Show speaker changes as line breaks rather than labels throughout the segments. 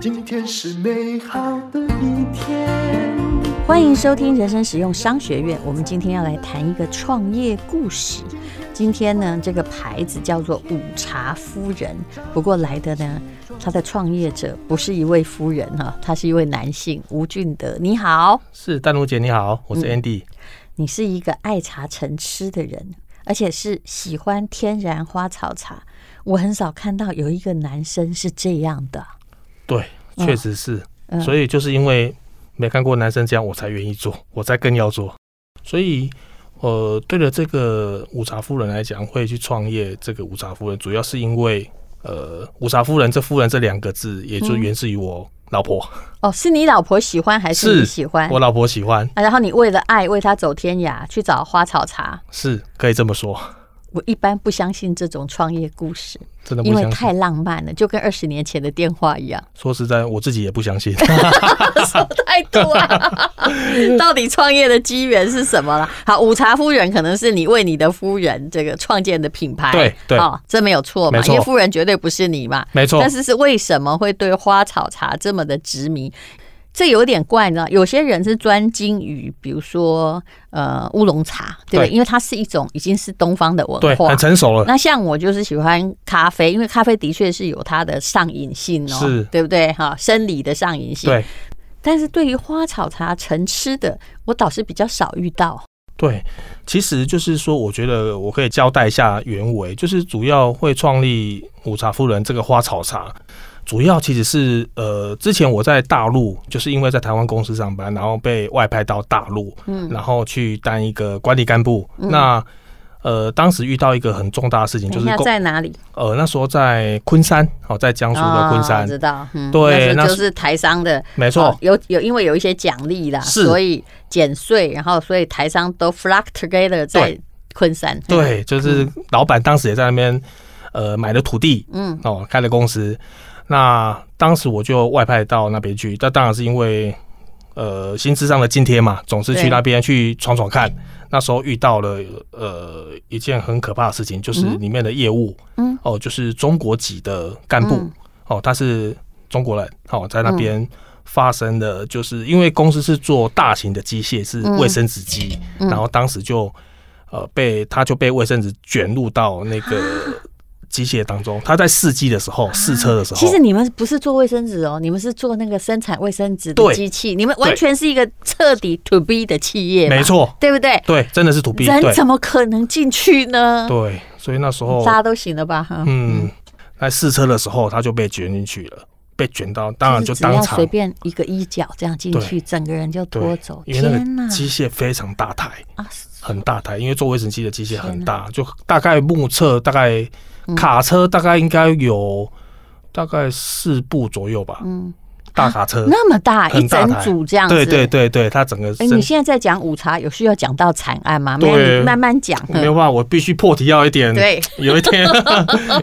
今天是美好的一天。
欢迎收听《人生实用商学院》，我们今天要来谈一个创业故事。今天呢，这个牌子叫做午茶夫人，不过来的呢，他的创业者不是一位夫人哈、他是一位男性吴俊德。你好，
是丹如姐你好，我是
嗯
Andy。
你是一个爱茶成痴的人，而且是喜欢天然花草茶。我很少看到有一个男生是这样的。
对，确实是，
嗯
所以就是因为没看过男生这样，我才愿意做，我才更要做。所以，呃，对了，这个午茶夫人来讲，会去创业这个午茶夫人，主要是因为，呃，午茶夫人这“夫人”这两个字，也就
嗯
源自于我老婆，
哦，是你老婆喜欢还是你
是
喜欢？
我老婆喜欢，
啊，然后你为了爱为他走天涯，去找花草茶。
是可以这么说，
我一般不相信这种创业故事，
真的不
因为
相
太
信。
浪漫了，就跟二十年前的电话一样，
说实在，我自己也不相信。
什么态度啊？ 到底创业的机缘是什么了？好，午茶夫人可能是你为你的夫人这个创建的品牌，
对对
哦，这没有错嘛，
没错
因为夫人绝对不是你嘛，
没错
但，是是为什么会对花草茶这么的执迷？这有点怪，你知道，有些人是专精于，比如说呃乌龙茶，对不对？
对
因为它是一种已经是东方的文
对，
化
很。成熟了。
那像我就是喜欢咖啡，因为咖啡的确是有它的上瘾性哦，
是
对不对？哈，生理的上瘾性。
对
但是对于花草茶成吃的，我倒是比较少遇到。
对，其实就是说，我觉得我可以交代一下原委，就是主要会创立午茶夫人这个花草茶，主要其实是呃，之前我在大陆，就是因为在台湾公司上班，然后被外派到大陆，
嗯
然后去当一个管理干部。
嗯
那呃，当时遇到一个很重大的事情，就
等一
是
下
公
在哪里？
呃那时候在昆山，哦，在江苏的昆
哦
山，
知道。嗯
对
那
那
时候
是
就是台商的
没
没
错，
有有因为有一些奖励啦，
是
所以减税，然后所以台商都 flock together 在昆山。嗯
对，就是老板当时也在那边，呃，买了土地，
嗯，
哦，开了公司。那当时我就外派到那边去，那当然是因为呃薪资上的津贴嘛，总是去
对
那边去闯闯看。那时候遇到了呃一件很可怕的事情，就是
嗯
里面的业务，
嗯，
哦，就是中国籍的干部，
嗯
哦，他是中国人，哦，在那边发生的，就是因为公司是做大型的机械，是
嗯
卫生纸机，
嗯
然后当时就呃被他就被卫生纸卷入到那 个机械当中。他在试机的时候，试车的时候，
其实你们不是做卫生纸哦，你们是做那个生产卫生纸的
对
机器，你们完全是一个彻底 to B 的企业，
没，错，
对不对？
对，真的是 to B，
人
对
怎么可能进去呢？
对，所以那时候
大家都行了吧？哈，
嗯，在试车的时候他就被卷进去了，被卷到，当然
就
啊就是
只要
当场
随便一个衣角这样进去，整个人就拖
对
走。，
因为那
天哪
个机械非常大台。
啊！
很大台，因为做卫生机的机械很大，就大概目测大概
嗯
卡车大概应该有大概四部左右吧，
嗯，
大卡车。
那么大啊一
很大
整
台
组这样子，
对对对对，它整个
哎、
身、
你现在在讲午茶，有需要讲到惨案吗？没
对
有，你慢慢讲。
没有办法，我必须破题要一点，
对，
有一点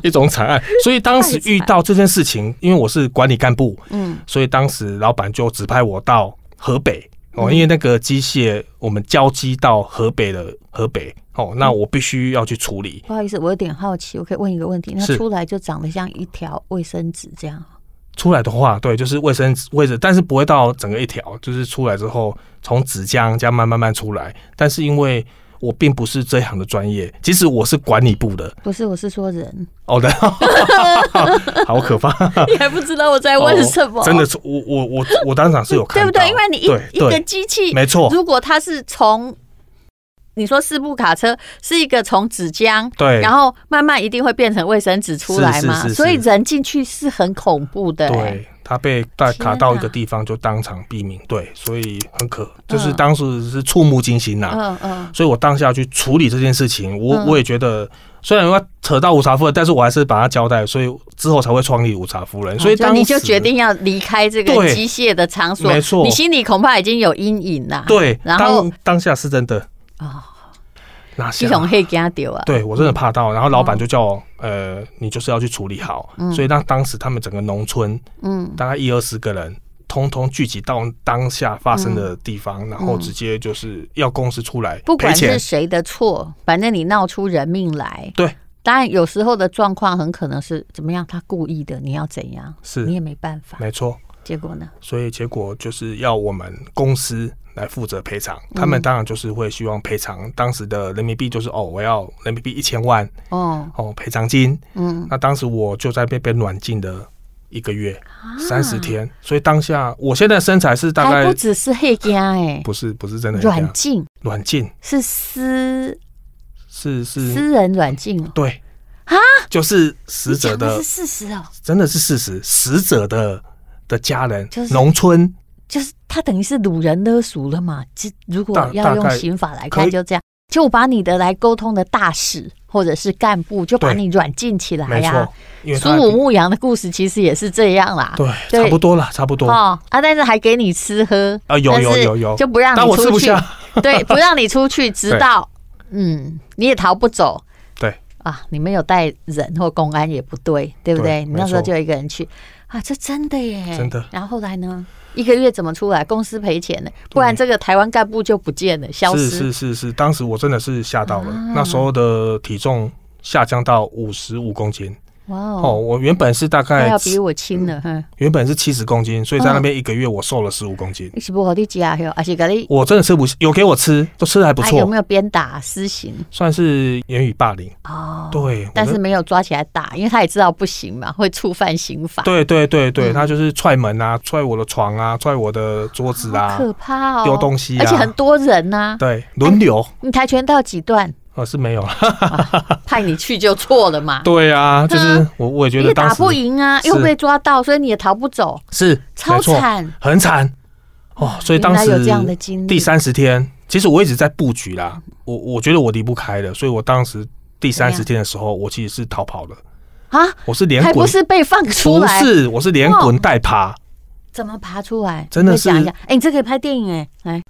一种惨案。所以当时遇到这件事情，因为我是管理干部，
嗯，
所以当时老板就指派我到河北哦，
嗯
因为那个机械我们交机到河北的河北哦，那我必须要去处理。
不好意思，我有点好奇，我可以问一个问题？那
是
出来就长得像一条卫生纸这样？
出来的话，对，就是卫生纸卫生，但是不会到整个一条，就是出来之后从纸浆这样慢慢慢出来。但是因为我并不是这行的专业，即使我是管理部的，
不是，我是说 人。
哦的，好可怕！
你还不知哎道我在问什么？
哦真的，是我我我我当场是有
对
看
不
到，
对？因为你一一
对
个
对，
机器，
没错，
如果它是从你说四部卡车是一个从纸浆。
对，
然后慢慢一定会变成卫生纸出来嘛，
是是是
所以
是
人进去是很恐怖的、哎
对他被带卡到一
天
个
哪
地方就当场毙命，对，所以很可，就是
嗯
当时是触目惊心呐、
嗯嗯，
所以我当下去处理这件事情，我、
嗯
我也觉得，虽然要扯到五茶夫人，但是我还是把它交代，所以之后才会创立五茶夫人。所以
哦就
当时、
你就决定要离开这个
对
机械的场所，
没错
你心里恐怕已经有阴影了。
对，
然后
当当下是真的
哦
拿
系
下，
统黑给他丢啊，
对我真的怕到，然后
哦
老板就叫我，呃，你就是要去处理好。所以那当时他们整个农村
嗯，
大概一二十个人。通通聚集到当下发生的地方，然后直接就是要公司出来
嗯不
赔
管是
钱，
谁的错，反正你闹出人命来，
对
当然，有时候的状况很可能是怎么样，他故意的，你要怎样，
是
你也没办法。
没错。
结果呢？
所以结果就是要我们公司来负责赔偿，他
嗯
们当然就是会希望赔偿当时的人民币，就是哦，我要人民币一千万
哦，
哦赔偿金。
嗯，
那当时我就在被被软禁了一个月三十
啊，
天，所以当下我现在身材是大
还
概
不只是黑家哎，
不是不是真的
软禁
软禁
是私
是是，
私人软禁哦，
对
啊，
就是死
你
者
讲的是
的
事实哦，
真的是事实，死者的的家人
就是
农村
就是他等于是掳人勒赎了嘛。这如果
大
要
大
用
概
刑法来
可
看，
以
就这样，就把你的来沟通的大使或者是干部，就把
对
你软禁起来
没
呀、
错，因为
苏
他
武牧羊的故事其实也是这样啦，
对
对
差不多了，差不多啊、
哦啊，但是还给你吃喝，
有
但
有
是
有有，
就不让
但
你
我吃
出
不
去，
下，
对，不让你出去，直到嗯，你也逃不走，
对
啊，你没有带人或公安也不对，对不对？
对
你那时候
没错
就一个人去啊，这真的耶，
真的。
然后后来呢？一个月怎么出来？公司赔钱呢？不然这个台湾干部就不见了，消
是
失。
是是是，当时我真的是吓到了，
啊
那时候的体重下降到五十五公斤
哇
哦，
哦，
我原本是大
他
概
要比我轻了，哼，
原本是七十公斤，所以在那边一个月我瘦了十五公斤，
你是不好的家伙，而且给你
我真的吃不有给我吃，都吃的还不
啊
错，嗯
有没有鞭打私刑？
算是言语霸凌，
哦，
对，我
但是
的
没有抓起来打，因为他也知道不行嘛，会触犯刑法。
对对对
嗯
对，他就是踹门啊，踹我的床啊，踹我的桌子
好
啊，
可怕哦！
丢东西啊，
而且很哎多人呐、
对轮流
你跆拳道几 段？
呃是没 有了，
派你去就错了嘛，
对啊，就是我我也觉
你
得
也
当
打
时
不赢啊，
是
又被抓到，所以你也逃不走，
是
超
没错
惨。
很惨哦，所以当时
原来有这样的经历。嗯
第三十天，其实我一直在布局啦，我我觉得我离不开了，所以我当时第
怎么
三
样
十天的时候，我其实是逃跑了，
啊，
我是连
还
滚
不是被放出
不
来？
是，我是连滚带爬，
怎么爬出来？
真的
你再讲
是
一下。哎、你这可以拍电影哎、来，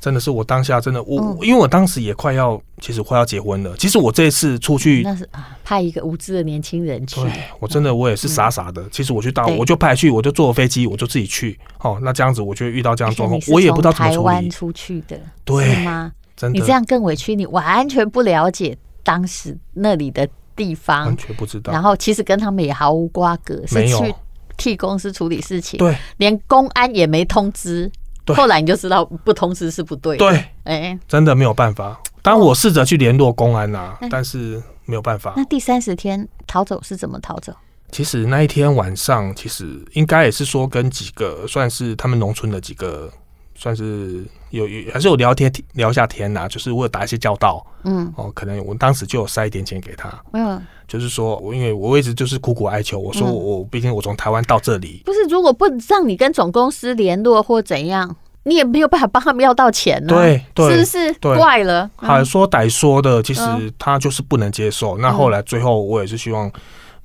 真的是我当下真的我、
嗯
因为我当时也快要其实快要结婚了，其实我这次出去。
那是啊，派一个无知的年轻人去
对，我真的我也是傻傻的。其实我去大陆，
嗯对
我就派去，我就坐飞机，我就自己去。哦，那这样子，我就会遇到这样
而
的
且
状况
你，是
我也不知道
从
怎么
台
处
湾
理。
出去的，
对
是吗？
真的，
你这样更委屈，你完全不了解当时那里的地方
完，全不知道。
然后其实跟他们也毫无瓜葛，是
没有
去替公司处理事情，
对
连公安也没通知。
对
后来你就知道不通知是不对。，
对，
哎，
真的没有办法。当然我试着去联络公安啦、
嗯
但是没有办法
那。第三十天逃走是怎么逃走？
其实那一天晚上，其实应该也是说跟几个算是他们农村的几个，算是有有还是有聊天聊一下天啦、就是我有打一些交道
嗯，
哦，可能我当时就有塞一点钱给他，
没有，
就是说我因为我一直就是苦苦哀求，我说
嗯
我我毕竟我从台湾到这里，
不是，如果不让你跟总公司联络或怎样，你也没有办法帮他们要到钱呢、
对
是
对
不，是
对
怪了？嗯
好说歹说的，其实
嗯
他就是不能接受。那后来最后我也是希望，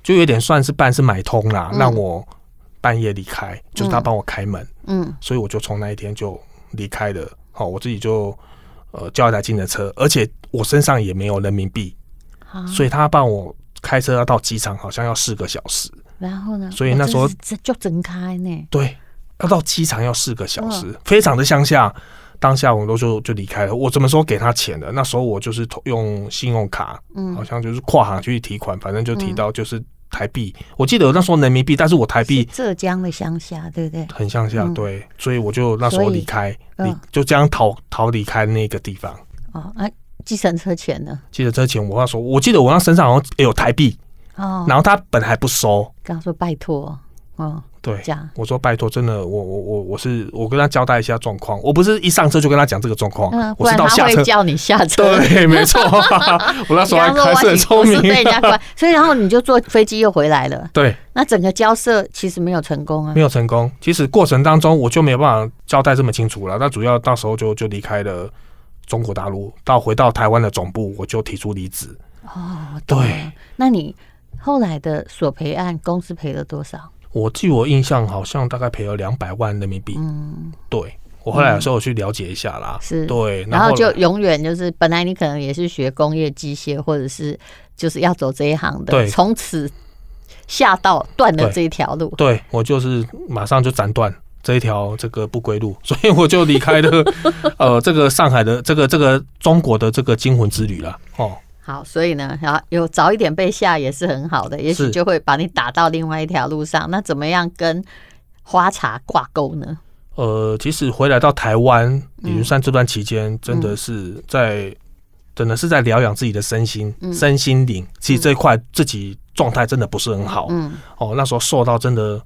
就有点算是半是买通啦，
嗯
让我半夜离开，就是他
嗯
帮我开门，
嗯，
所以我就从那一天就离开了。好，我自己就呃叫一台计程车，而且我身上也没有人民币，
好。
所以他帮我开车要到机场，好像要四个小时。
然后呢？哦
所以那时候
这就整开呢。
对，要到机场要四个小时，非常的乡下。当下我都就就离开了，我什么时候给他钱的？那时候我就是投用信用卡，
嗯
好像就是跨行去提款，反正就提到就是台币。我记得我那时候人民币，但是我台
是
币
浙江的乡下，对不对？
很向下，
嗯
对，所以我就那时候
所以
离开，
嗯
离就这样逃逃离开那个地方。
哦，啊，计程车钱呢？
记得这钱我那时候，我记得我那身上好像也有台币，
哦，
然后他本来不收，
跟他说拜托，哦，
对
这，样，
我说拜托，真的，我我我我是我跟他交代一下状况，我不是一上车就跟他讲这个状况，
嗯，不
哦我是
然
到
他
下车
会叫你下车。
对，没错，我那时候还
刚
还是很聪
是被嗯
明
人。家 关，所以然后你就坐飞机又回来了。
对，
那整个交涉其实没有成功啊
没。有成功。其实过程当中我就没有办法交代这么清楚了。那主要到时候就就离开了中国大陆，到回到台湾的总部，我就提出离职。
哦，我懂了
对。
那你后来的索赔案，公司赔了多少？
我据我印象，好像大概赔了两百万人民币。
嗯，
对我后来有时候我去了解一下啦，
是
对，
然后
后
就永远就是，本来你可能也是学工业机械，或者是就是要走这一行的，
对
从此下到断了
对
这一条路。
对我就是马上就斩断。这一条这个不归路， 所以我就 离开了，呃，这个上海的这个这个中国的这个惊魂之旅了。哦，
好，所以呢，然后有早一点被下也是很好的，也许
是
就会把你打到另外一条路上。那怎么样跟花茶挂钩呢？
呃，其实回来到台湾
嗯
李云山这段期间，真的是在，真的是在疗养自己的身心、
嗯
身心灵。其实这一块自己状态真的不是很好、
嗯，
哦，那时候瘦到真的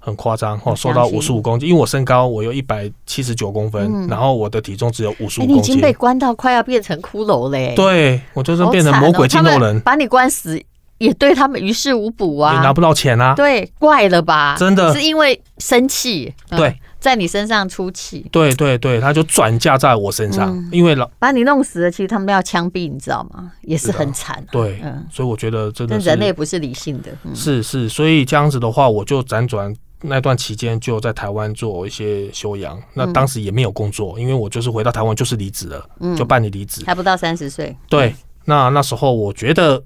很夸张
我
哦，瘦到
相信
五十五公斤，因为我身高我有一百七十九公分、
嗯
然后我的体重只有五十
哎、
五
你已
公
经
斤，
被关到快要变成骷髅嘞、好惨哦，哦
对我就是变成魔鬼筋肉
他
人，
们把你关死也对他们于事无补
也拿
啊。
不到钱啊。
对，怪了吧？
真的
是因为生气，嗯
对，
在你身上出气，
对对对，他就转嫁在我身上，
嗯
因为老
把你弄死了，其实他们要枪毙，你知道吗？也是
是的
很惨、啊。
对、
嗯，
所以我觉得真的
但
是
人类不是理性的，嗯，
是是，所以这样子的话，我就辗转那段期间就在台湾做一些修养。那当时也没有工作，因为我就是回到台湾就是离职了，
嗯
就办理离职。
还不到三十岁，
对，嗯那那时候我觉得，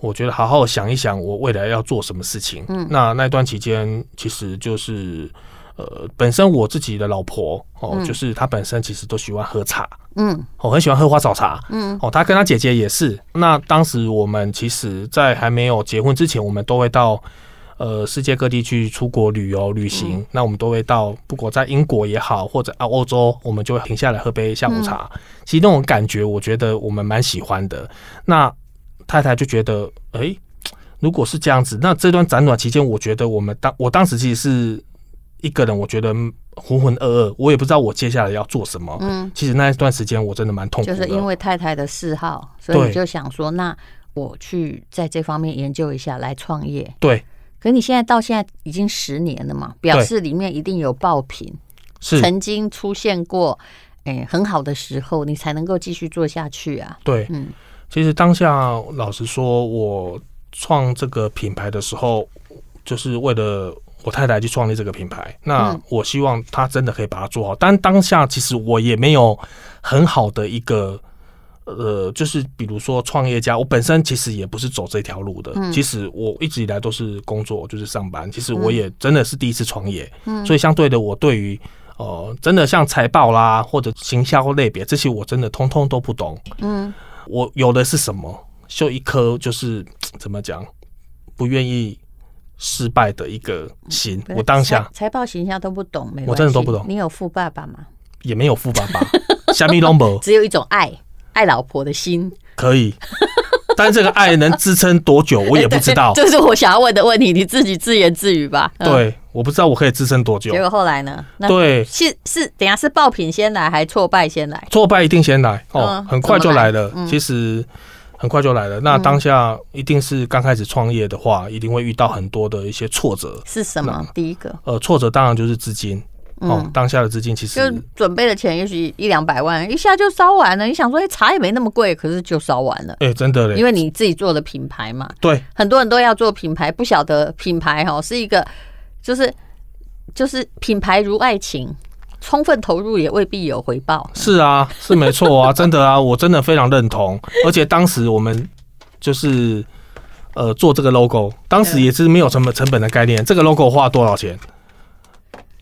我觉得好好想一想，我未来要做什么事情。
嗯
那那段期间其实就是。呃，本身我自己的老婆哦，
嗯
就是她本身其实都喜欢喝茶，
嗯
我、哦很喜欢喝花草茶。
嗯
哦，她跟她姐姐也是。那当时我们其实，在还没有结婚之前，我们都会到呃世界各地去出国旅游旅行。那我们都会到，不管在英国也好，或者啊欧洲，我们就会停下来喝杯下午茶。其实那种感觉，我觉得我们蛮喜欢的。那太太就觉得，哎、如果是这样子，那这段辗转期间，我觉得我们当我当时其实是一个人，我觉得浑浑噩噩，我也不知道我接下来要做什么。
嗯，
其实那一段时间我真的蛮痛苦
就
的，
是因为太太的嗜好，所以
对
你就想说，那我去在这方面研究一下，来创业。
对
可你现在到现在已经十年了嘛，表示里面一定有爆品，
是
曾经出现过，哎、很好的时候，你才能够继续做下去啊。
对，
嗯
其实当下老实说，我创这个品牌的时候，就是为了我太太去创立这个品牌。那
嗯
我希望她真的可以把它做好，但当下其实我也没有很好的一个。呃，就是比如说创业家，我本身其实也不是走这条路的。
嗯
其实我一直以来都是工作，就是上班。其实我也真的是第一次创业，
嗯
所以相对的，我对于呃，真的像财报啦或者行销类别这些，我真的通通都不懂。
嗯
我有的是什么？就一颗就是怎么讲，不愿意失败的一个
嗯
心。我当下
财财报形象都不懂，没关系
我真的都不懂
你有富爸爸吗？
也没有富爸 爸，虾米 number
只有一种爱，爱老婆的心，
可以，但这个爱能支撑多久，我也不 知道。
这是我想要问的问题，你自己自言自语吧。嗯，
哦对，我不知道我可以支撑多久
结。果后来呢？那
对，
是是，等一下是爆品先来，还挫败先来？
挫败一定先来哦
嗯，
很快就来了
怎么来嗯。嗯
其实很快就来了。那当下一定是刚开始创业的话，一定会遇到很多的一些挫折。
是什么？第一个，
呃，挫折当然就是资金哦
嗯，，
当下的资金其实
就准备的钱也许一两百万，一下就烧完了。你想说，哎，茶也没那么贵，可是就烧完了。
哎、真的嘞，
因为你自己做的品牌嘛，
对
很多人都要做品牌，不晓得品牌哈是一个，就是就是品牌如爱情，充分投入也未必有回报。
是啊，是没错 啊，真的啊，我真的非常认同。而且当时我们就是呃做这个 logo，当时也是没有什么成本的概念。这个 logo 花多少钱？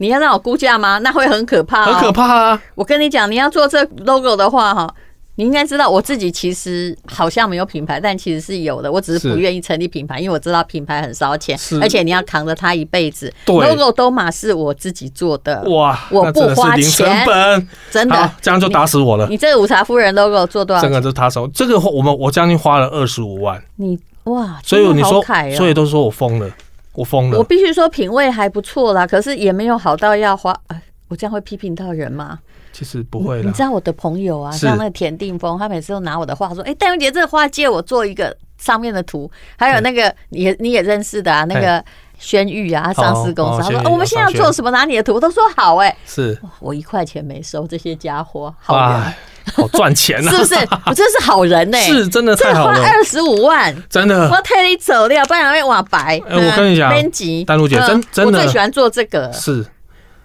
你要让我估价吗？那会很可怕、哦
很可。怕啊！
我跟你讲，你要做这 logo 的话哈。你应该知道，我自己其实好像没有品牌，但其实是有的。我只是不
是
愿意成立品牌，因为我知道品牌很烧钱
是，
而且你要扛着它一辈子。
对
logo 都嘛是我自己做的，
哇，
我
那真的
不花
是零
钱
成本，
真的
好。，这样就打死我了。
你这个午茶夫人 logo 做多少
这
钱？
个就是他手，这个我们我将近花了二十五万，
你哇，
所以
真的
你
好
说，
凯哦
所以都说我疯了，我疯
我
了。
必须说品味还不错啦，可是也没有好到要花。哎我这样会批评到人吗？
其实不会
你
啦
知，道我的朋友啊，
是
像那个田定峰，他每次都拿我的画说：“哎、戴荣姐，这个画借我做一个上面的图。”还有那个你也你也认识的啊，那个轩玉啊，上市公司，
哦
他说、
轩玉
哦我们现在要
上轩
做什么？拿你的图，我都说好哎、
是
哇我一块钱没收，这些家伙好人
哇，好赚钱 啊
是！不 是？我真是好人呢、
是真的
这
太
个
好
花
了，
二十五万，
真的。
我替你走掉，不然会瓦白。嗯
哎我跟你讲
编辑
丹如姐真
嗯
真的
我最喜欢做这个，
是，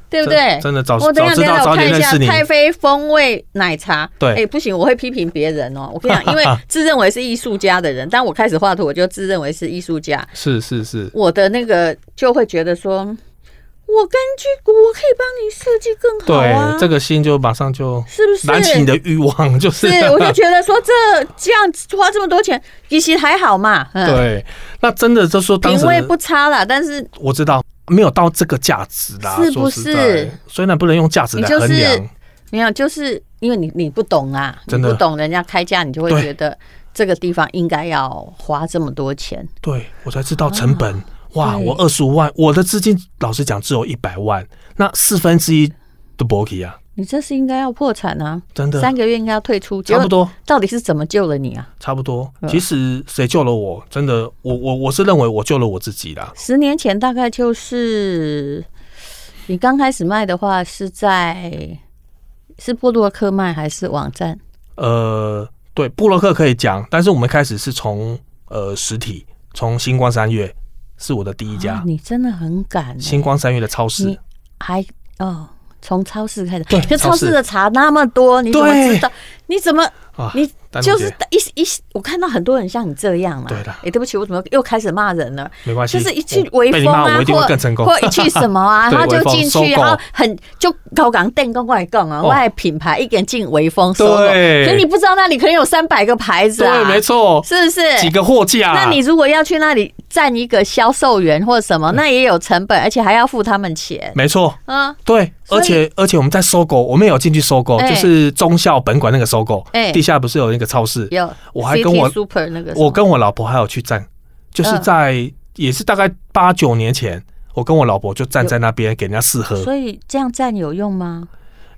对不
真
对？
真的早
我
早
等一下，
知
等一
道
下，我
早
看
点
一
认
下
识你，
太妃风味奶茶。
对
哎，不行，我会批评别人 哦。我跟你讲，因为自认为是艺术家的人，但我开始画图，我就自认为是艺术家，
是是是，
我的那个就会觉得说，我根据我可以帮你设计更好啊，
对，这个心就马上就是
不是？
燃起你的欲望，就是
是，我就觉得说这这样子花这么多钱，其实还好嘛，嗯，
对。那真的就说当
品
时
味不差啦，但是
我知道没有到这个价值啦，
是不
说实在
是？
虽然不能用价值来衡
你就
量
是，没有，就是因为你你不懂啊，你
真的
不懂人家开价，你就会
对
觉得这个地方应该要花这么多钱，
对我才知道成本。哇，
啊对
我二十五万，我的资金老实讲只有一百万，那四分之一的 b o k 啊，
你这是应该要破产啊，
真的
三个月应该要退出，
差不。多，
到底是怎么救了你啊？
差不多
嗯。
其实谁救了我？真的，我我我是认为我救了我自己啦。
十年前大概就是你刚开始卖的话是在是波洛克卖还是网站？
呃，对，布洛克可以讲，但是我们开始是从呃实体，从星光三月是我的第一家、
啊你真的很敢、欸，
星光三月的超市
你。还哦，从超市开始，
对
可超
超市
市的茶那么多，你怎么
对
知道？你怎么
啊
你
丹如
就是
姐
一一，我看到很多人像你这样啦。
对的
哎、对不起，我怎么又开始骂人了？
没关系，
就是一去
我
微
被你
风
骂
啊，
我一定会
或
更成功。
或一去什么啊，
对
他就
微风
进
收
去，
购
然后很就高岗电跟外杠啊，
哦
外品牌一点进微风收购，
对
可是你不知道那里可能有三百个牌子啊，
对，没，错，
是不是？
几个啊货架、
那你如果要去那里站一个销售员或什
嗯
么，那也有成本，而且还要付他们钱。
没错，
嗯，
对，
所以
而且而且我们在收购，我们也有进去收购，
哎
就是忠孝本馆那个收购，
哎
地下不是有那个超市？
有。
我还跟
CT
我
Super 那个什么，
我跟我老婆还有去站，就是
嗯
在、也是大概八九年前，我跟我老婆就站在那边给人家试喝。
所以这样站有用吗？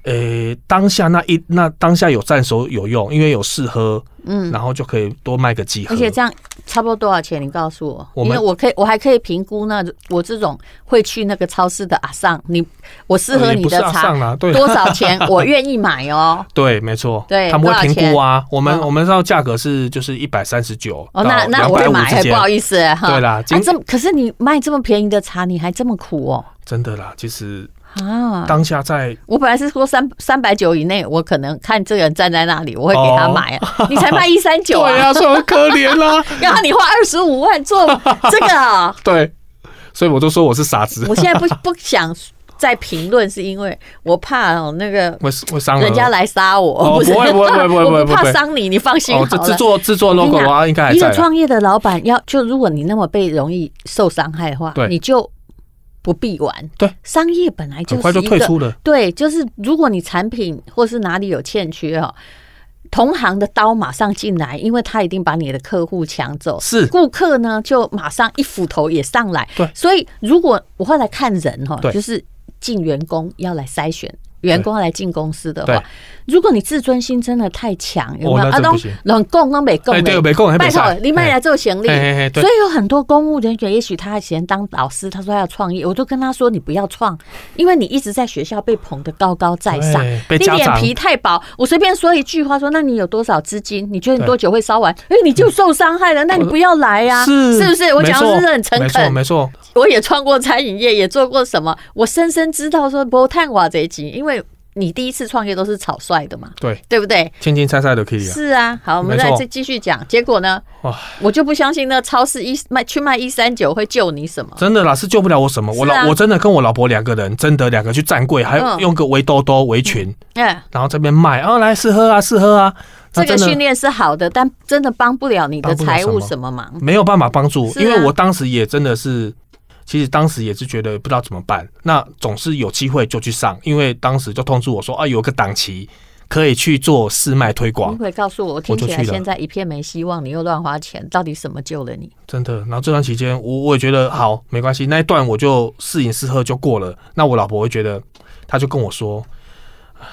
诶、当下那一那当下有站手有用，因为有试喝，
嗯，
然后就可以多卖个几盒。
而且这样差不多多少钱？你告诉我，
我
因
们
为我可以，我还可以评估那我这种会去那个超市的阿尚，你我适合
呃也
你
不是
的
啊
茶
上啦，对
多少 钱，我愿意买哦。
对，没错，
对
他们会评
多少
估啊。我们
嗯
我们知道价格是就是一百三十九，
哦，那那我会买，不好意思哈。
对啦
啊
今
这么可是你卖这么便宜的茶，你还这么苦哦
真的啦，其实
啊！
当下在
我本来是说三三百九以内，我可能看这个人站在那里，我会给他
哦
买啊。你才卖一三九
对
啊，
啊，所以很可怜 啦，
然后你花二十五万做这个啊，
对，所以我就说我是傻子，
我现在不不想再评论，是因为我怕哦那个
会会伤
人家来杀我。
哦
是
不会不会不会不会
我
不会
不怕
不会
伤你，你放心好
哦，这制
了。
作制作
我跟你
logo
讲
的话应该还
一个
在啦，
创业的老板要就如果你那么被容易受伤害的话，
对
你就不必玩。
对，
商业本来就是
很快
一
就
个
退出了，
对，就是如果你产品或是哪里有欠缺哦，同行的刀马上进来，因为他一定把你的客户抢走。
是
顾客呢就马上一斧头也上来。
对
所以如果我后来看人哈、
对
就是进员工要来筛选。员工要来进公司的话
对，
如果你自尊心真的太强，有没有？啊
哦那真
都
不行
拢供拢没供
哎对，没空还没
拜托
上，
你卖来做行李。
嘿嘿嘿
所
对
以有很多公务人员，也许他以前当老师，他说他要创业，我都跟他说你不要创，因为你一直在学校被捧得高高在上你
对，被家
脸
长
皮太薄。我随便说一句话说，那你有多少资金？你觉得你
对
多久会烧完？哎，你就受伤害了，那你不要来呀、
是
啊是不是？我讲
没
的
错
是很诚
没错
恳，
没错，
我也创过餐饮业，也做过什么，我深深知道说不探瓦这一集，因为你第一次创业都是草率的嘛，
对，
对不对？
青青菜菜的 Kitty 啊，
是啊，好，我们
没
再
错
再继续讲。结果呢
哇，
我就不相信那超市一卖去卖一三九会救你什么。
真的啦，是救不了我什么。我
是啊
老我真的跟我老婆两个人，真的两个去站柜，还
嗯
用个围兜兜、围裙，
哎，
然后这边卖，哦，来试喝啊，试喝啊。那
这个
真
训
的
练是好的，但真的帮不了你的
帮不了
财务
什
什么
么
忙。
没有办法帮助，
是啊
因为我当时也真的是，其实当时也是觉得不知道怎么办。那总是有机会就去上，因为当时就通知我说啊，有个档期可以去做试卖推
你
广，
会告诉我，我听
就
起来
去了
现在一片没希望，你又乱花钱，到底什么救了你？
真的。然后这段期间，我我也觉得好没关系，那一段我就试饮试喝就过了。那我老婆会觉得，她就跟我说，唉，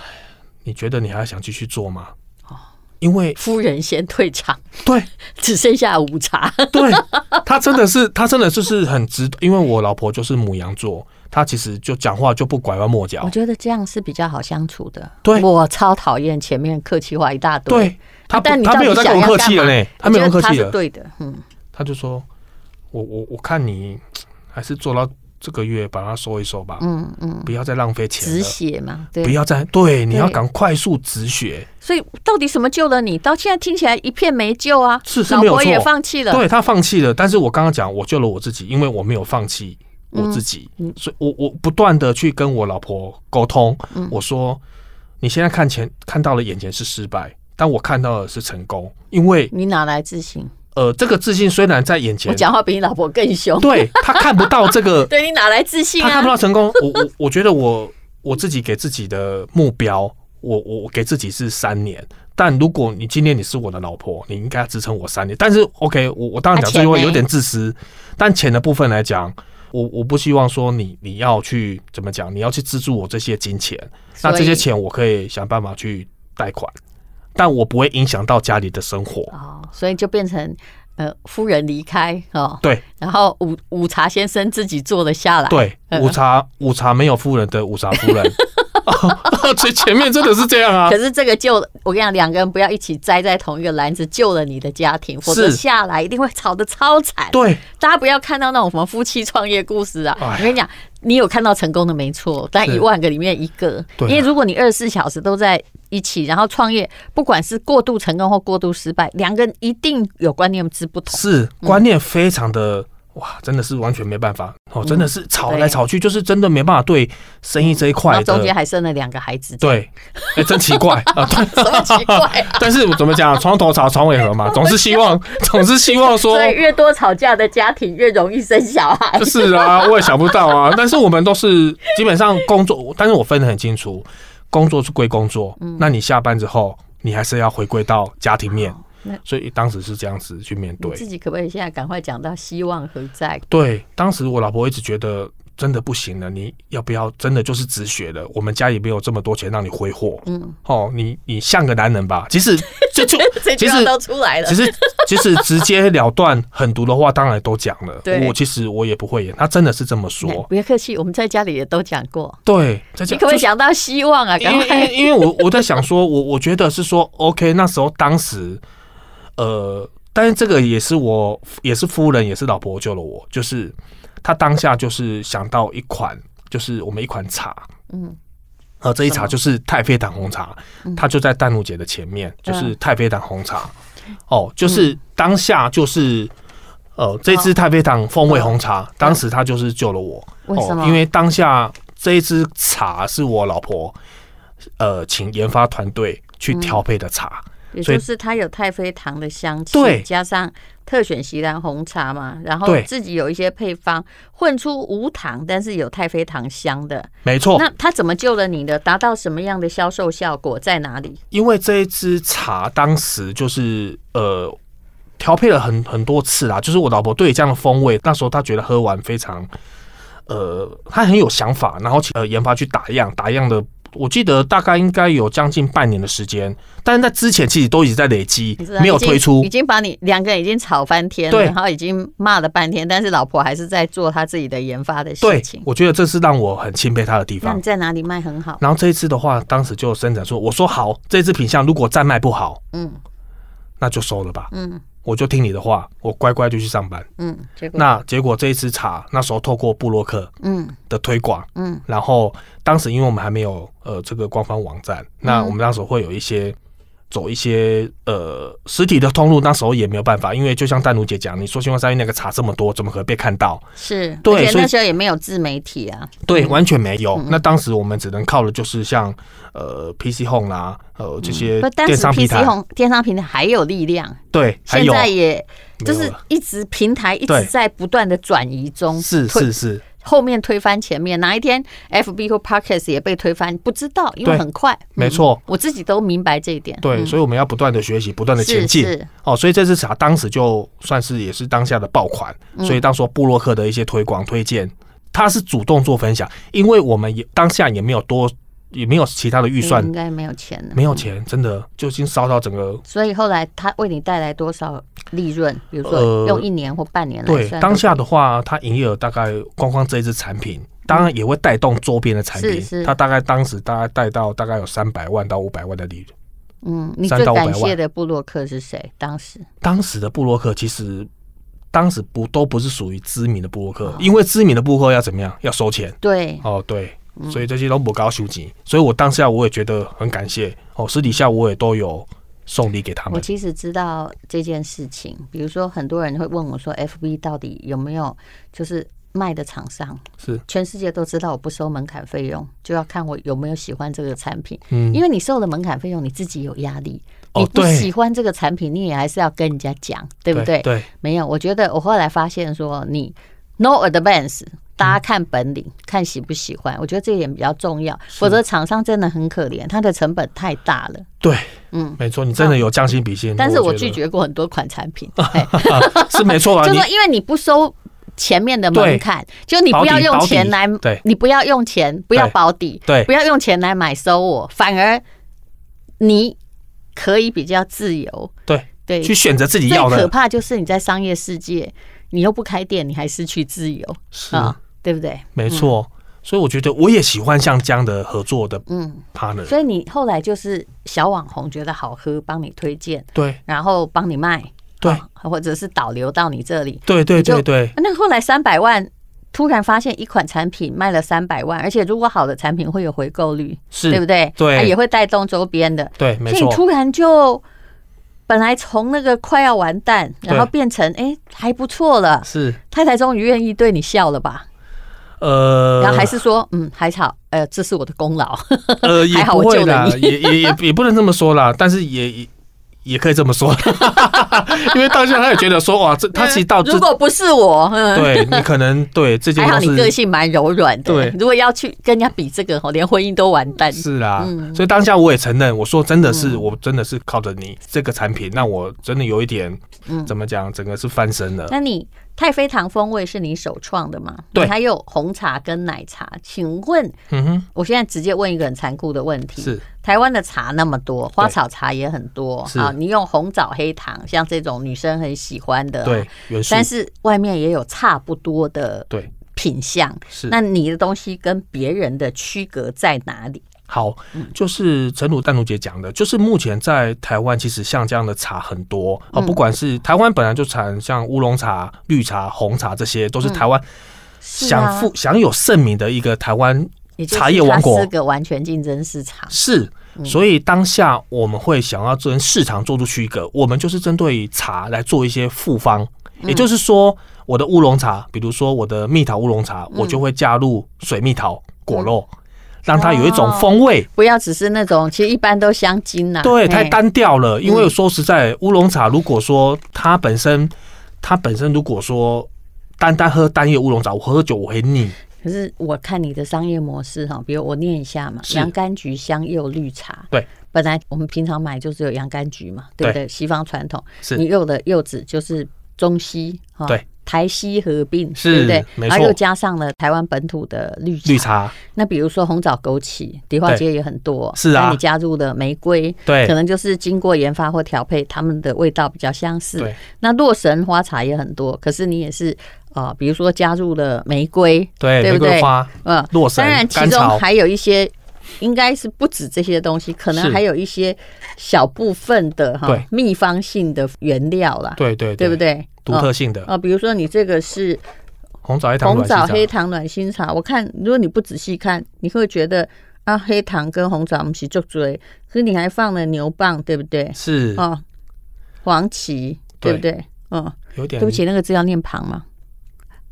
你觉得你还想继续做吗？
哦
因为
夫人先退场，
对
只剩下午茶。
对， 他真的是，他真的就是很值得，因为我老婆就是母羊座，她其实就讲话就不拐弯抹角
我，觉得这样是比较好相处的。
哦对
我超讨厌前面客气话一大堆。
对他不
但你到
他
底
没有在跟我
想要
客气了
干
呢，他没有
我觉得
客气
是
了，
对的，嗯，
他就说，我我我看你还是做到这个月把它收一收吧，嗯嗯，不要再浪费钱
止
了。
血嘛，对啊
不。要再对，你要
对
赶快速止血。
所以到底什么救了你？到现在听起来一片没救啊，
是是
老
没有
婆也
错
放弃了，
对他放弃了，但是我刚刚讲，我救了我自己，因为我没有放弃
嗯
我自己，所以我我不断的去跟我老婆沟通，
嗯
我说你现在看前看到了眼前是失败，但我看到的是成功，因为
你哪来自信？
呃这个自信虽然在眼
我
前，
讲话比你老婆更 凶。，
对他看不到这个
对你哪来自信
他看
啊
不？到成功，我我我觉得我我自己给自己的目标，我我我给自己是三年。但如果你今天你是我的老婆，你应该支撑我三年。但是 OK，我我当然讲这句
啊
话
钱呢
有点自私，但钱的部分来讲，我我不希望说你你要去怎么讲，你要去资助我这些金钱，那这些
所以
钱我可以想办法去贷款，但我不会影响到家里的生活。
哦，所以就变成呃，夫人离开哦，
对
然后午午茶先生自己坐了下来。，
对，
嗯
午茶午茶没有夫人的午茶夫人， 所以前面真的是这样啊
可。是这个救我跟你讲，两个人不要一起栽在同一个篮子，救了你的家庭，否则
是
下来一定会吵得超惨。
对，
大家不要看到那种什么夫妻创业故事啊！
哎
我跟你讲，你有看到成功的没错，但
是
一万个里面一个。
对啊
因为如果你二十四小时都在一起，然后创业，不管是过度成功或过度失败，两个人一定有观念之不同。
是观念非常的、
嗯
哇，真的是完全没办法哦，真的是吵来吵去，就是真的没办法对生意这一
嗯然
块
后中间
的。
还生了两个孩 子，
对，哎、真奇怪 啊！对！
什么奇怪啊
但是怎么讲，床头吵，床尾 和嘛，总是希望， 总是希望说
所，以越多吵架的家庭越容易生小孩。
是啊，我也想不到啊。 但是我们都是基本上工作，但是我分得很清楚，工作是归工作，
嗯
那你下班之后，你还是要回归到家庭面
哦那，
所以当时是这样子去面
你
对。
自己可不可以现在赶快讲到希望何在？
对，当时我老婆一直觉得真的不行了，你要不要真的就是止血了？我们家也没有这么多钱让你挥霍，
嗯，
哦，你你像个男人吧？其 实就就
这句
其
话
实
都出来了
其。实其实直截了断狠毒的话，当然都讲了
对。
我其实我也不会演，他真的是这 么说。
别哎客气，我们在家里也都讲过。
对，再
你
讲
可不可以
就是
想到希望啊？赶
因为因
快
为因为我我在想说，我我觉得是说，OK，那时候当时，呃，但是这个也是我也是夫人也是老婆救了我，就是她当下就是想到一款，就是我们一款茶，
嗯
嗯。呃，这一
什
茶
么嗯
就是太妃糖红茶，它就在淡如姐的前面，就是太妃糖红茶。哦，
嗯
就是当下就是，呃，这
哦
支太妃糖风味红茶，当时它就是救了我。
嗯
哦
为什么？
因为当下这一支茶是我老婆呃请研发团队去
嗯
调配的茶，
也
所
就
以
是它有太妃糖的香气，
对
加上特选席兰红茶嘛，然后
对
自己有一些配方混出无糖，但是有太妃糖香的。
没错。
那它怎么救了你的？达到什么样的销售效果？在哪里？
因为这一支茶当时就是呃调配了很很多次啦，就是我老婆对这样的风味，那时候她觉得喝完非常呃，她很有想法，然后请呃研发去打样，打样的。我记得大概应该有将近半年的时间，但是在之前其实都一直在累积
你知道，
没有
已经
推出
已。经把你两个人已经吵翻天了，
对
然后已经骂了半天，但是老婆还是在做她自己的研发的事
对
情，。
我觉得这是让我很钦佩她的地
那
方
你。在哪里卖很好？
然后这一次的话，当时就生产说，我说好，这支品相如果再卖不好，
嗯
那就收了吧，
嗯
我就听你的话，我乖乖就去上班。
嗯，结果
那结果这一支茶，那时候透过布洛克
嗯
的推广，
嗯
然后当时因为我们还没有呃这个官方网
嗯
站，那我们那时候会有一些。走一些呃实体的通路，那时候也没有办法，因为就像淡如姐讲，你说新光三越那个茶这么多，怎么可能被看到？
是，
对
而且
所以
那时候也没有自媒体啊，
对，完全没
嗯
有。那当时我们只能靠的就是像呃 PC Home 啦，呃这些
嗯不，但
电
是
商平
PC
台，
红电商平台还有力量，
对，还
现
有
在也
没
就
有
是
了
一直平台一直
对
在不断的转移中，
是
推
是是，
后面推翻前面，哪一天 FB 或 Podcast 也被推翻，不知道，因为
对
很快，
没
嗯
错
我自己都明白这一点，
对，所以我们要不断的学习，不断的前
嗯是
进。
是，
哦，所以这支茶当时就算是也是当下的爆款，
嗯
所以当时布洛克的一些推广推荐，他是主动做分享，因为我们也当下也没有多，也没有其他的预
你
算
应，该没有钱了，
没有钱，真的就已经烧到整个。
所以后来他为你带来多少利润？比如说
呃
用一年或半年来
对，
算，
当下的话，它营业额大概光光这一支产品。当然也会带动周边的产
是
品
是，
它大概当时大概带到大概有三百万到五百万的利润。
嗯，你
3
最
到500
感
万
谢的布洛克是谁？当时
当时的布洛克其实当时不都不是属于知名的布洛克，因为知名的布洛克要怎么样？要收钱
对，
啊哦，对，所以这些都不高收集，所以我当下我也觉得很感谢哦，私底下我也都有送礼给他
我
们，
其实知道这件事情，比如说很多人会问我说，FB 到底有没有就是卖的厂商，
是，
全世界都知道我不收门槛费用，就要看我有没有喜欢这个产品。
嗯
因为你收了门槛费用，你自己有压力。
哦
你不
对
喜欢这个产品，你也还是要跟人家讲，对不对？
对，
没有，我觉得我后来发现说，你 no advance，大家看本领，看喜不喜欢，我觉得这一点比较重要。否则厂商真的很可怜，它的成本太大了。
对，
嗯，
没错，你真的有将心比心。
但是我
觉得
拒绝过 很多款产品， 嘿
是没错啊，
就
你
说因为你不收前面的门槛，就你不要用钱来
保底保底对，
你不要用钱，不要保底，
对
不要用钱来买收我，反而你可以比较自由，
对，
对，
去选择自己
最
要
可
的，
怕就是你在商业世界，你又不开店，你还失去自由
是
啊，嗯对不对？
没错。所以我觉得我也喜欢像这样的合作的
嗯，
partner，
所以你后来就是小网红觉得好喝，帮你推荐，
对
然后帮你卖，
对
啊或者是导流到你这里，
对对
你就
对对，
那后来三百万，突然发现一款产品卖了三百万，而且如果好的产品会有回购率，
是，
对不对？
对
啊也会带动周边的。
对，没
所以你
错，
突然就本来从那个快要完蛋，然后
对
变成哎还不错了，
是
太太终于愿意对你笑了吧？
呃，
然后还是说嗯还好，呃这是我的功劳。
呃也
还好
不
我
会
救了
啦，
你
也也也也不能这么说啦，但是也也也可以这么说， 因为当下他也觉得说哇，这他其实到这
如，果不是我，嗯。
对你可能对这件
还好
公
你个
司
性蛮柔软的，
对
如果要去跟人家比这个，吼连婚姻都完蛋。
是啦
嗯，
所以当下我也承认，我说真的是我真的是靠着你这个产品，让我真的有一点
嗯
怎么讲，整个是翻身了。
那你太妃糖风味是你首创的吗？
对
你还有红茶跟奶茶。请问，
嗯哼，
我现在直接问一个很残酷的问题：
是
台湾的茶那么多，花草茶也很多
是
啊。你用红枣黑糖，像这种女生很喜欢的，
对。，元素
但是外面也有差不多的
对
品相，
是
那你的东西跟别人的区隔在哪里？
好，
嗯
就是陈鲁淡如姐讲的，就是目前在台湾其实像这样的茶很多啊，
嗯
不管是台湾本来就产像乌龙茶、绿茶、红茶这些，都是台湾
嗯是啊
享负享有盛名的一个台湾
也就是
茶叶王国
它是个完全竞争市场。
是，
嗯
所以当下我们会想要跟市场做出区隔，我们就是针对茶来做一些复方，
嗯
也就是说，我的乌龙茶，比如说我的蜜桃乌龙茶，
嗯
我就会加入水蜜桃果肉，让它有一种风味。
不要只是那种，其实一般都香精呐、
对，
嘿嗯
太单调了。因为说实在，乌龙茶如果说它本身，它本身如果说单单喝单叶乌龙茶，我喝酒我会腻。
可是我看你的商业模式哈，比如我念一下嘛，
是
洋甘菊香柚绿茶。
对，
本来我们平常买就只有洋甘菊嘛，对不对？西方传统，
是
你柚的柚子就是中西哈，
对，
台西合并，
是
对不对？
没错
然后又加上了台湾本土的绿茶。
绿茶
那比如说红枣枸杞，迪化街也很多，
是啊
那你加入了玫瑰，
对
可能就是经过研发或调配，它们的味道比较相似。
对，
那洛神花茶也很多，可是你也是呃，比如说加入了玫瑰，
对
对
玫
不对
瑰花，
嗯，
洛神
当然其
甘
中
草
还有一些。应该是不止这些东西，可能
是
还有一些小部分的哈
对
秘方性的原料啦，
对对
对不？对？
独特性的
啊、哦比如说你这个是
红枣黑糖
红
软
枣、
细
黑糖、暖心茶，我看如果你不仔细看，你会觉得啊，黑糖跟红枣我们一起就追，可是你还放了牛蒡，对不对？
是
哦，黄芪，对不
对
对？嗯，
有点
对不起，那个字要念旁嘛，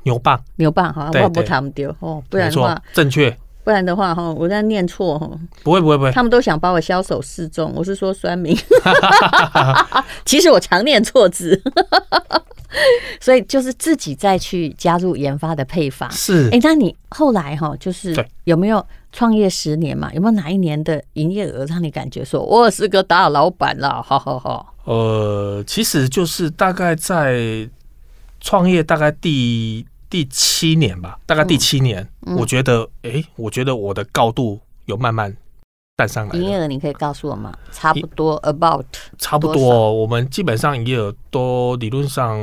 牛蒡，
牛蒡哈，
对
我不
对
他们丢哦，不
没
然的
错
话，，
正确，
不然的话哈，我在念错哈，
不会不会不 会，
他们都想把我枭首示众，我是说酸民， 其实我常念错字， 所以就是自己再去加入研发的配方。
是
哎、那你后来哈，就是
对
有没有创业十年嘛？有没有哪一年的营业额让你感觉说我是个大老板啦？哈哈哈！
呃，其实就是大概在创业大概第第七年吧，大
嗯
概第七年，我觉得，诶，我觉得我的高度有慢慢站上来
营业
了，
额你可以告诉我吗？差不多 about
差不
多少
多，哦我们基本上营业额都理论上，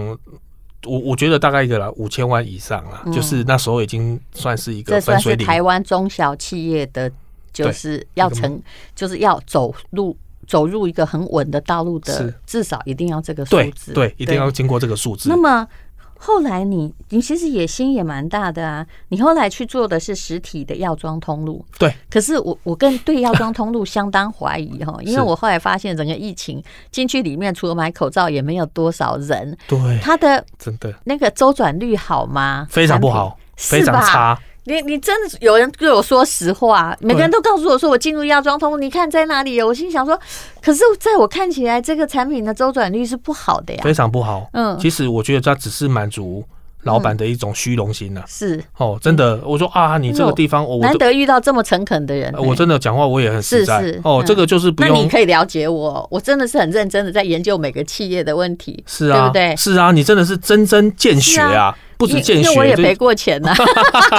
我我觉得大概一个啦，五千万以上啦，就是那时候已经算是一
嗯这
个
算
分
是
水岭，
台湾中小企业的，就是要成，就是要走入走入一个很稳的道路的
是，
至少一定要这个数
对
字，
对，一定要经过这个数字
那。么后来你你其实野心也蛮大的啊，你后来去做的是实体的药妆通路，
对。
可是我我更对药妆通路相当怀疑哈，因为
是
我后来发现整个疫情进去里面，除了买口罩，也没有多少人，
对，
它的
真的
那个周转率好吗？
非常不
产品。
好，非
是
常
吧？
差。
你你真的有人对我说实话，每个人都告诉我说我进入药妆通，你看在哪里？哦我心想说，可是在我看起来，这个产品的周转率是不好的呀。
非常不好。
嗯
其实我觉得它只是满足老板的一种虚荣心呐、
是
哦，真的，我说啊，你这个地方，我我
嗯难
这
得遇到这么诚恳的人、
我真的讲话我也很实在
是是
哦
嗯，
这个就是不
那你
用。
可以了解我，我真的是很认真的在研究每个企业的问题，
是啊，
对不对？
是啊，你真的是真真见血
是
啊，不止见
因为因为我
血，
也
就
赔过钱啊呐、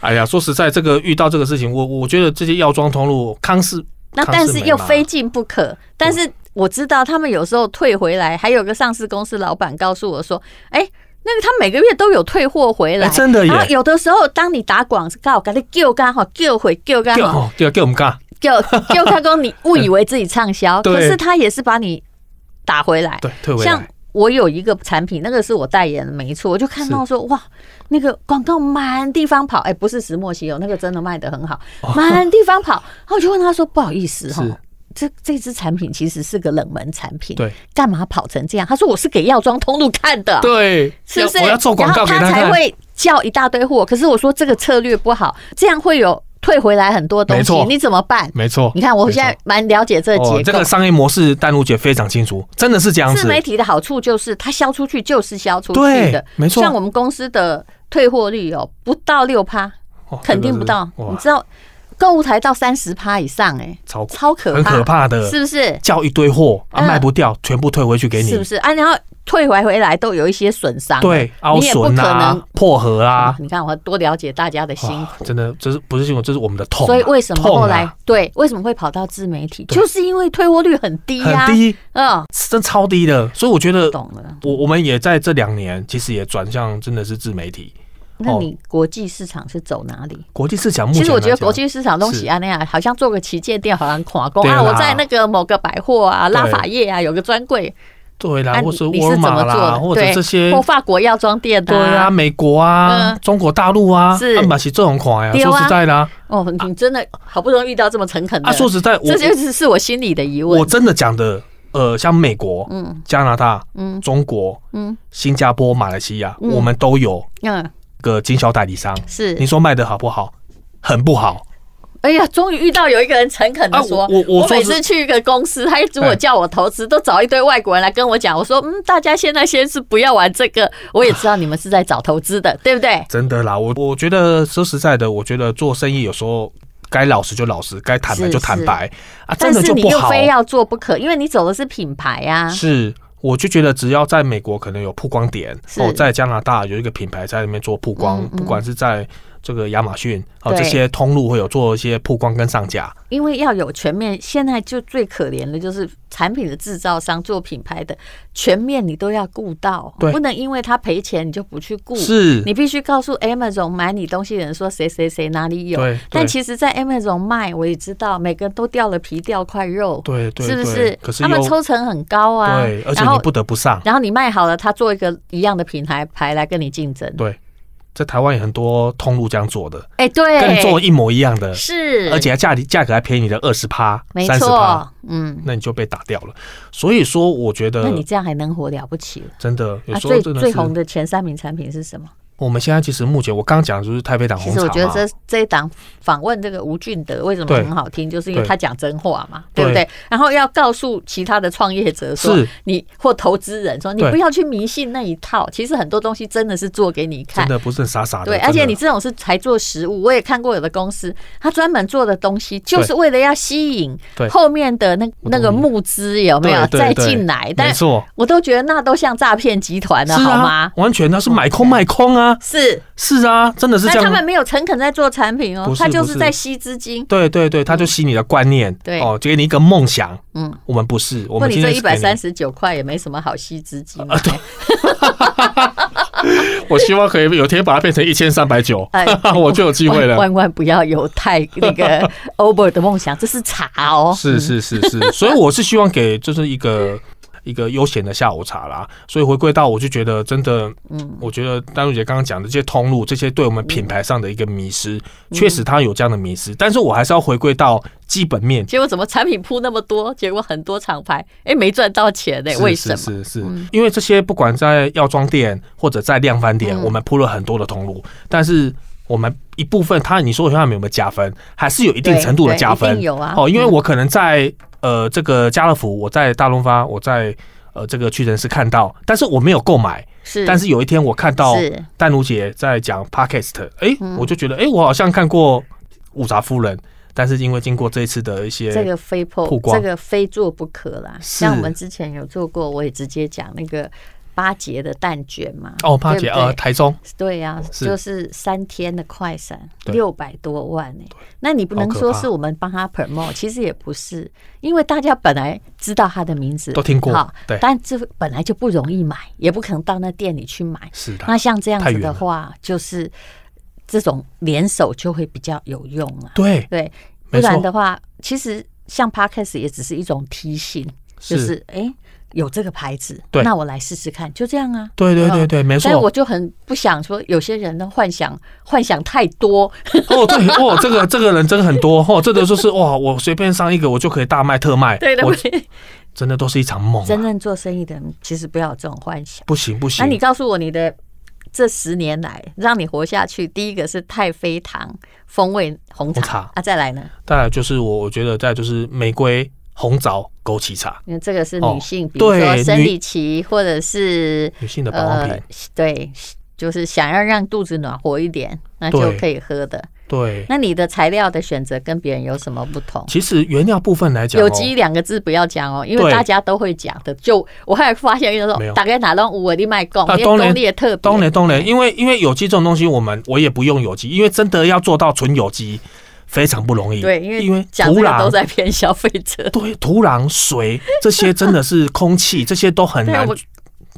哎呀，说实在，这个遇到这个事情，我我觉得这些药妆通路康是，
那
康
但
氏
是
美哦
又
嘛
非进不可。但是我知道他们有时候退回来，还有个上市公司老板告诉我说：“哎、那个他每个月都有退货回来，
哎真的耶
然后有的时候，当你打广告，赶紧救干好，救回救干
给
好，
哦，对，给我们干，
救救他工，你误以为自己畅销，
对
可是他也是把你打回来。
对，退回
像
来，
我有一个产品，那个是我代言的，没错，我就看到说哇，那个广告满地方跑，哎、不是石墨烯哦，那个真的卖得很好，满地方跑。然后我就问他说，不好意思哈
哦是。
这这支产品其实是个冷门产品，
对，
干嘛跑成这样？他说我是给药妆通路看的，
对，
哦是不是？
要我要做广告
然后
给
他
他
才
看，
会叫一大堆货。可是我说这个策略不好，这样会有退回来很多东
没
西
错，嗯
你怎么办？
没错。
你看我现在蛮了解这
没
个
错
结构，
哦，这个商业模式，丹如姐非常清楚，真的是这样
自
子，
媒体的好处就是它销出去就是销出去
对
的，，
没错，
像我们公司的退货率哦，不到六趴，
哦
肯定不到。
这个是
你
哇，
知道购物台到三十趴以上、哎，
超
超可
很
怕，
可怕的，
是不是？
叫一堆货啊
嗯
卖不掉，全部退回去给你
是不，是啊？然后退回回来都有一些损伤，
对，凹
你也不
损
可
啊
能，
破核
啊
啊，，
你看我多了解大家的辛
哇
苦。
真的，这是不是辛苦，这是我们的痛啊，
所以为什么
痛啊
后来、对为什么会跑到自媒体，
对
就是因为退货率很低呀、
很低，
嗯，
真超低的，所以我觉得
懂了。
我我们也在这两年，其实也转向真的是自媒体，
那
哦
你国际市场是走哪里？
国际市场目前
其实我
来
觉得
讲
国际市场东西啊那样，好像做个旗舰店，好像垮工
对
啊。
啦
我在那个某个百货啊、
对
拉法叶啊有个专柜，
对
啊
啦，
你
或是
你
沃
是
尔
怎么
玛
做的
啦，或者
对
这些
或。法国药妆店
对啊，
啊。
美国啊，
嗯
中国大陆啊，
是
啊嘛是这种款呀。
对啊
说实在的啊，
哦，你真的好不容易遇到这么诚恳的
啊，，说实在，我
这就是是我心里的疑
我
问。
真的讲的，呃，像美国、
嗯
加拿大、
嗯
中国、
嗯
新加坡、马来西亚，
嗯
我们都有
嗯，
个经销代理商。
是
你。说卖的好不好？很不好。
哎呀，终于遇到有一个人诚恳的
啊
说，
我我我说
每
是
次去一个公司，他一直我
哎
叫我投资，都找一堆外国人来跟我讲。我说，嗯，大家现在先是不要玩这个，我也知道你们是在找投资的，对不对？
真的啦，我我觉得说实在的，我觉得做生意有时候该老实就老实，该坦白
是
就坦白啊，
但
真的
是
就
你
不
又
好。
非要做不可，因为你走的是品牌呀、啊。
是，我就觉得只要在美国可能有曝光点，
是
哦，在加拿大有一个品牌在那边做曝光，
嗯嗯
不管是在这个亚马逊哦
对
这些通路会有做一些曝光跟上架，
因为要有全面，现在就最可怜的就是产品的制造商做品牌的全面你都要顾到，
对
不能因为他赔钱你就不去顾。
是
你必须告诉 Amazon 买你东西的人说谁谁谁哪里有
对，
但
对
其实，在 Amazon 卖，我也知道每个人都掉了皮掉块肉，
对对
是不
对
是？
可是
他们
又
抽成很高啊，
对，而且
然
你
后
不得不上，
然后你卖好了，他做一个一样的品牌牌来跟你竞争，
对，在台湾有很多通路这样做的，
哎，对，
跟你做一模一样的，
是，
而且还价价格还便宜你的二十趴、
没
三十趴
错，，嗯，
那你就被打掉了。所以说，我觉
那
得
你这样还能活了不起了？
真的有
啊，
时候
最
真的
最红
是，
的前三名产品是什么？
我们现在其实目前我刚刚讲的就是太妃糖
其
红
实
茶
我
嘛，
觉得这这一档访问这个吴俊德为什么
对
很好听，就是因为
对
他讲真话嘛，对不
对
对？然后要告诉其他的创业者说
是，
你或投资人说，你
对
不要去迷信那一套，其实很多东西真的是做给你看
真。的不是很傻傻的。
对，
真的
而且你这种是才做实物，我也看过有的公司，他专门做的东西就是为了要吸引
对
后面的那那个募资有没有
对
再
对对
进来？但
没错，
我都觉得那都像诈骗集团了，
是
好
啊
吗，？
完全那是买空卖空啊，
是，
是啊，真的是
但
这
他们
样。
没有诚恳在做产品哦
不，是
他就
不
是
是
在吸资金。
对对对，他就吸你的观念，
嗯对
哦，给你一个梦想。
嗯
嗯，我们不是，啊我
不，
们
你
今
这
天
一百三
十，
十九块也没什么好吸资金啊的。
我希望可以有天把它变成一千三百九
哎，
我就有 机会
万
了。
万万不要有太那 个 over 的梦想，这是茶哦。
是是是是，所以我是希望给就是一个一个悠闲的下午茶啦。所以回归到我就觉得，真的，
嗯
我觉得丹如姐刚刚讲的这些通路，这些对我们品牌上的一个迷
嗯
失，确实它有这样的迷失。但是我还是要回归到基本面，
结果怎么产品铺那么多，结果很多厂牌哎没赚到钱呢、
是
为什么？嗯
是是是、因为这些不管在药妆店或者在量贩店，
嗯
我们铺了很多的通路，但是我们一部分，它你说它有没有加分，还是有一定
对
程度的
对
加
一
分
定。有啊。
哦，因为我可能在呃这个家乐福，我在大润发，我在呃这个屈臣氏看到，但是我没有购买。
是，
但是有一天我看到
是
丹如姐在讲 Podcast，哎、
嗯
我就觉得哎、诶我好像看过五茶夫人，但是因为经过这一次的一些
这个非
曝
破，
光
这个非做不可啦。
是
像我们之前有做过，我也直接讲那个八节的蛋卷嘛。
哦，帕姐
对不对
呃台中
对呀、
是
就是三天的快闪，
对
六百多万呢、那你不能
好可
说
怕
是我们帮他 promote，其实也不是，因为大家本来知道他的名字，
都听过
好，
对
但这本来就不容易买，也不可能到那店里去买。
是的
那，像这样
太
子
远
的
了
话，就是这种联手就会比较有用了、
对，
对，不
没错
然的话，其实像 podcast 也只是一种提醒，就是哎、诶有这个牌子，
对
那我来试试看，就这样啊。
对对
嗯
对对，没错
但。我就很不想说，有些人的幻想幻想太多，
哦，对，哦，这个这个人真的很多，哦，这个就是哇，我随便上一个我就可以大卖特卖，
对对
我
对？
真的都是一场梦、啊，
真正做生意的人其实不要有这种幻想。
不行不行。
那你告诉我，你的这十年来让你活下去，第一个是太妃糖风味红茶
红茶
啊，再来呢？
再来就是我我觉得再来就是玫瑰红枣枸杞茶，
因为这个是
哦
女性，比如说
对
生
女
理期或者是
女性的保养品，，
呃对，就是想要让肚子暖和一点，那就
对
可以喝的。
对。
那你的材料的选择跟别人有什么不同？
其实原料部分来讲、哦，
有机两个字不要讲哦，因为
对
大家都会讲的。就我后来发现，就是
没有
说大概哪种五我的卖供，
啊
因为
当然
功力也特别。
当然，当然，因为因为有机这种东西，我们我也不用有机，因为真的要做到纯有机非常不容易。
对，因为
因为
讲
土
这个都
壤
在骗消费者。
对土壤、水这些真的是空气这些都很
对啊
难
我，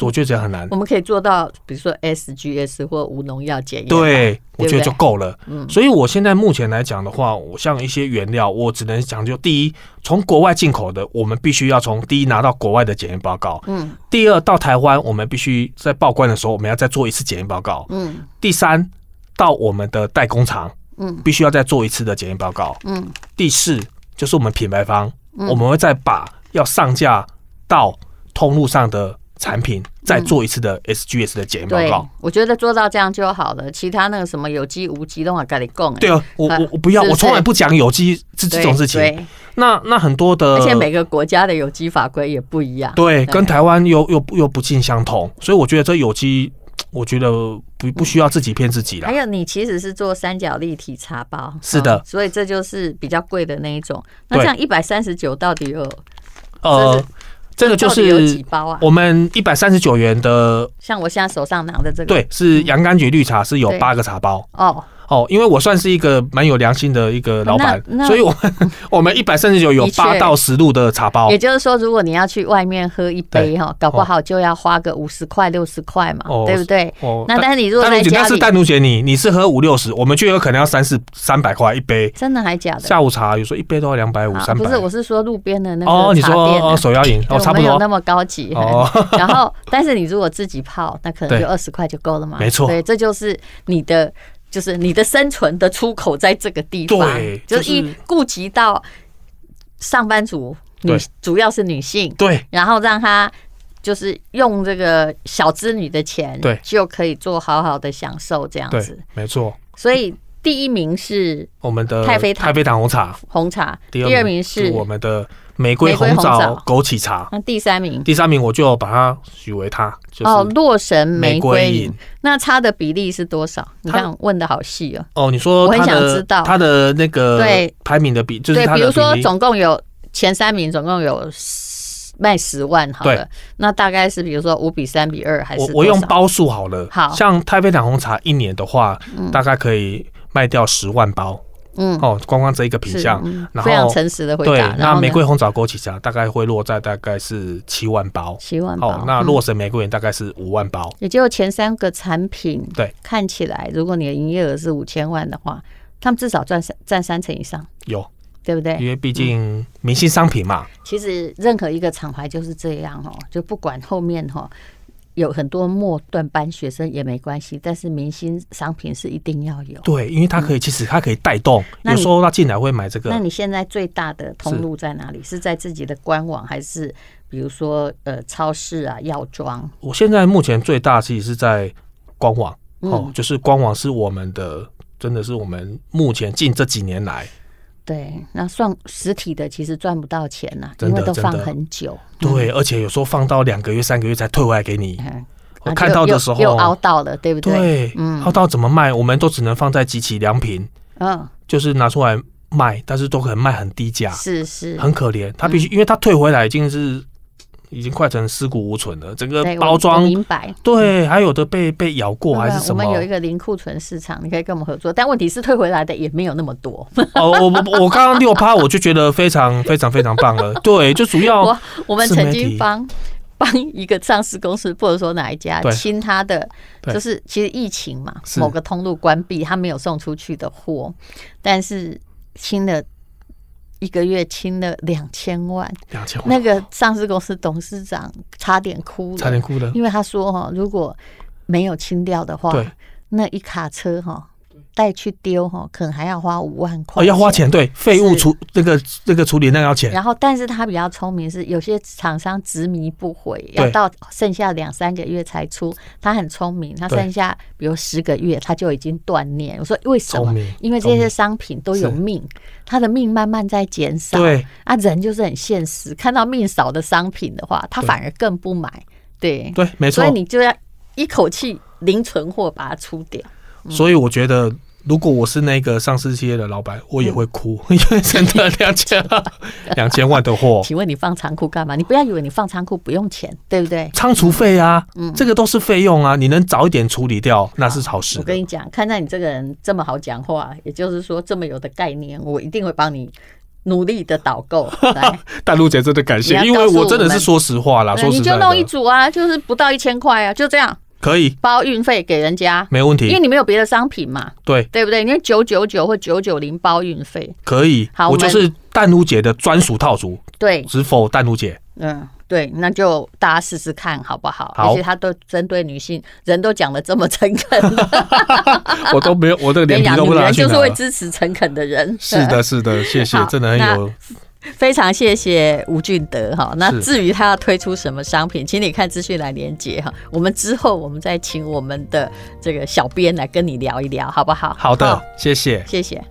我觉得这样很难
我。们可以做到，比如说 SGS 或无农药检验。，
对，
对
我
不
觉得就
对
够了。
嗯
所以我现在目前来讲的话，我像一些原料，我只能讲究第一，从国外进口的，我们必须要从第一拿到国外的检验报告；
嗯
第二，到台湾，我们必须在报关的时候，我们要再做一次检验报告；
嗯
第三，到我们的代工厂，
嗯
必须要再做一次的检验报告；
嗯
第四，就是我们品牌方，
嗯
我们会再把要上架到通路上的产品，再做一次的 SGS 的检验报
对
告。，
我觉得做到这样就好了。其他那个什么有机无机都我跟你供。
对
哎，
啊，我
啊
我我不要，
是不是
我从来不讲有机这
对
这种事情。
对，
那那很多的，
而且每个国家的有机法规也不一样。
呃对
对
跟台湾又又又不尽相同，所以我觉得这有机，我觉得不不需要自己骗自己啦
还。有，你其实是做三角立体茶包，
是的
哦所以这就是比较贵的那一种。那这
对
样一百三十九到底有
呃，这个就
到底有
是
几包啊？
我们一百三十九元的，
像我现在手上拿的这个，
对，是洋甘菊绿茶，是有
嗯对
八个茶包。
哦，
哦，因为我算是一个蛮有良心的一个老板
啊那那，
所以我 们我们一百三十九有
的确
八到十路的茶包
也。就是说，如果你要去外面喝一杯哈，搞不好就要花个五十块、六十块嘛，
哦
对不对？
哦
那但是你如果
丹
在
如姐，
家
那是
里，
丹如姐你你是喝五六十，我们就有可能要三四三百块一杯。
真的还假的？
下午茶有时候一杯都要两百五、
啊
三百。
不是，我是说路边的那
哦，
个
你
茶
说
店啊
哦，手摇饮
对
哦，差不
没有
多
那。么高级。
哦
然后，但是你如果自己泡，那可能就二十块就够了嘛。
没错
对，这就是你的，就是你的生存的出口在这个地方，
对
就是
就
一
是
顾及到上班族，女
对
主要是女性，
对
然后让她。就是用这个小资女的钱，
对
就可以做好好的享受这样
对
子。，
没错。
所以第一名是
我们的
太妃糖
红茶，
红茶，第
二
二名是
我们的玫瑰
玫瑰
红
红
枣
枣
枸杞茶，
那第三名
第三名我就把它许为它，就
哦，
是
洛神玫
玫
瑰
瑰
饮
饮。
那它的比例是多少？你
它
看问的好细哦。
哦。你说
我很
它
想
的
知道
它的那个
对
排名的比，就是
对，
它
比
的
如说
比例
总共有前三名，总共有10卖十万好了
对，
那大概是比如说五比三比二还是
我
多
我用
少
包数好了，
好
像太妃糖红茶一年的话，大概可以卖掉十万包
嗯
哦，光光这一个品
是
相
嗯，
然
非常
后
诚实的回
对
答。，然
那
后
玫
呢？
瑰红枣枸杞啊茶大概会落在大概是七万包，
七万
哦
包，，
那
嗯
洛神玫瑰园大概是五万包，
也就前三个产品，
对，
看起来如果你的营业额是五千万的话，他们至少赚三占三成以上。
有
对不
因
对？
为毕竟明星商品嘛，
其实任何一个厂牌就是这样哦，就不管后面哈、有很多末段班学生也没关系，但是明星商品是一定要有。
对，因为它可以，其实它可以带动，
那
有
你
时候他进来会买这
那
个，
你现在最大的通路在哪里？是在自己的官网，还是比如说呃超市啊、药妆？
我现在目前最大其实是在官网，
嗯
哦，就是官网是我们的，真的是我们目前近这几年来，
对，那算实体的其实赚不到钱呐、
真
因
的
为都放
真的
很久。
对，而且有时候放到两个月、三个月才退回来给你，
嗯，
我
啊
看
就
到
又
的时
又熬
候，
到了，对不对？
对，
嗯
耗到怎么卖，我们都只能放在集齐良品，
嗯，
就是拿出来卖，但是都可能卖很低价，
是嗯是，
很可怜。他必须，因为他退回来已经是已经快成尸骨无存了，整个
对我
包
我
装
明白。
对，还有的被被咬过还是什么
啊我？们有一个零库存市场，你可以跟我们合作，但问题是退回来的也没有那么 多。
哦，我我我刚刚六趴我就觉得非常非常非常棒了。对，就主要
我 我们
哦自媒
曾
体
经帮帮一个上市公司，或者说哪一家
对
亲他的，
对
就是其实疫情嘛，
是
某个通路关闭，他没有送出去的货，但是清了一个月清了两千万，
两千
那
万，
个上市公司董事长差点哭了，
差点哭了。
因为他说哈、如果没有清掉的话
对，
那一卡车哈、带去丢哈、可能还要花五万块、
哦，要花。钱，对，废物
是
处那个那个处理那个要钱，
然后，但是他比较聪明是，有些厂商执迷不悔，要
对
到剩下两三个月才出。他很聪明，他
对
剩下比如十个月，他就已经断念。我说为什么
聪明？
因为这些商品都有
是
命，他的命慢慢在减少。
对，
啊，人就是很现实，看到命少的商品的话，他
对
反而更不买。对，
对，没错
所以。你就要一口气零存货把它出掉。
所以我觉得，如果我是那个上市企业的老板，我也
嗯
会哭，因为真的两千两千万的货，
请问你放仓库干嘛？你不要以为你放仓库不用钱，对不对？
仓储费啊，
嗯
这个都是费用啊，你能早一点处理掉，那是好事
我跟
的。
你讲，看在你这个人这么好讲话，也就是说这么有的概念，我一定会帮你努力的导 购来。
但陆姐真的感谢，
你
因
要
为
告诉
我真的
我们
是说实话啦，说
你
实
就
在
弄一
的，
组啊，就是不到一千块啊，就这样
可以，
包运费给人家，
没问
因为
题，
你没有别的商品嘛，
对，
对不对？你九九九或九九零包运费，
可以。
好
我
我
就
们
是淡如姐的专属套组，
对，
只否淡 如姐。
嗯，对，那就大家试试看好不好？
好
而且他都针对女性，人都讲的这么诚恳，
我都没有，我这个
跟你
脸皮
讲，
都
女
不拿
人
去
就是
拿
会
了。
支持诚恳的人。
是的，是的，谢谢
好，
真的很
那
有。
非常谢谢吴俊德哈。那
是
至于他要推出什么商品，请你看资讯来连接哈。我们之后我们再请我们的这个小编来跟你聊一聊，好不好？
好的，谢谢。
谢谢。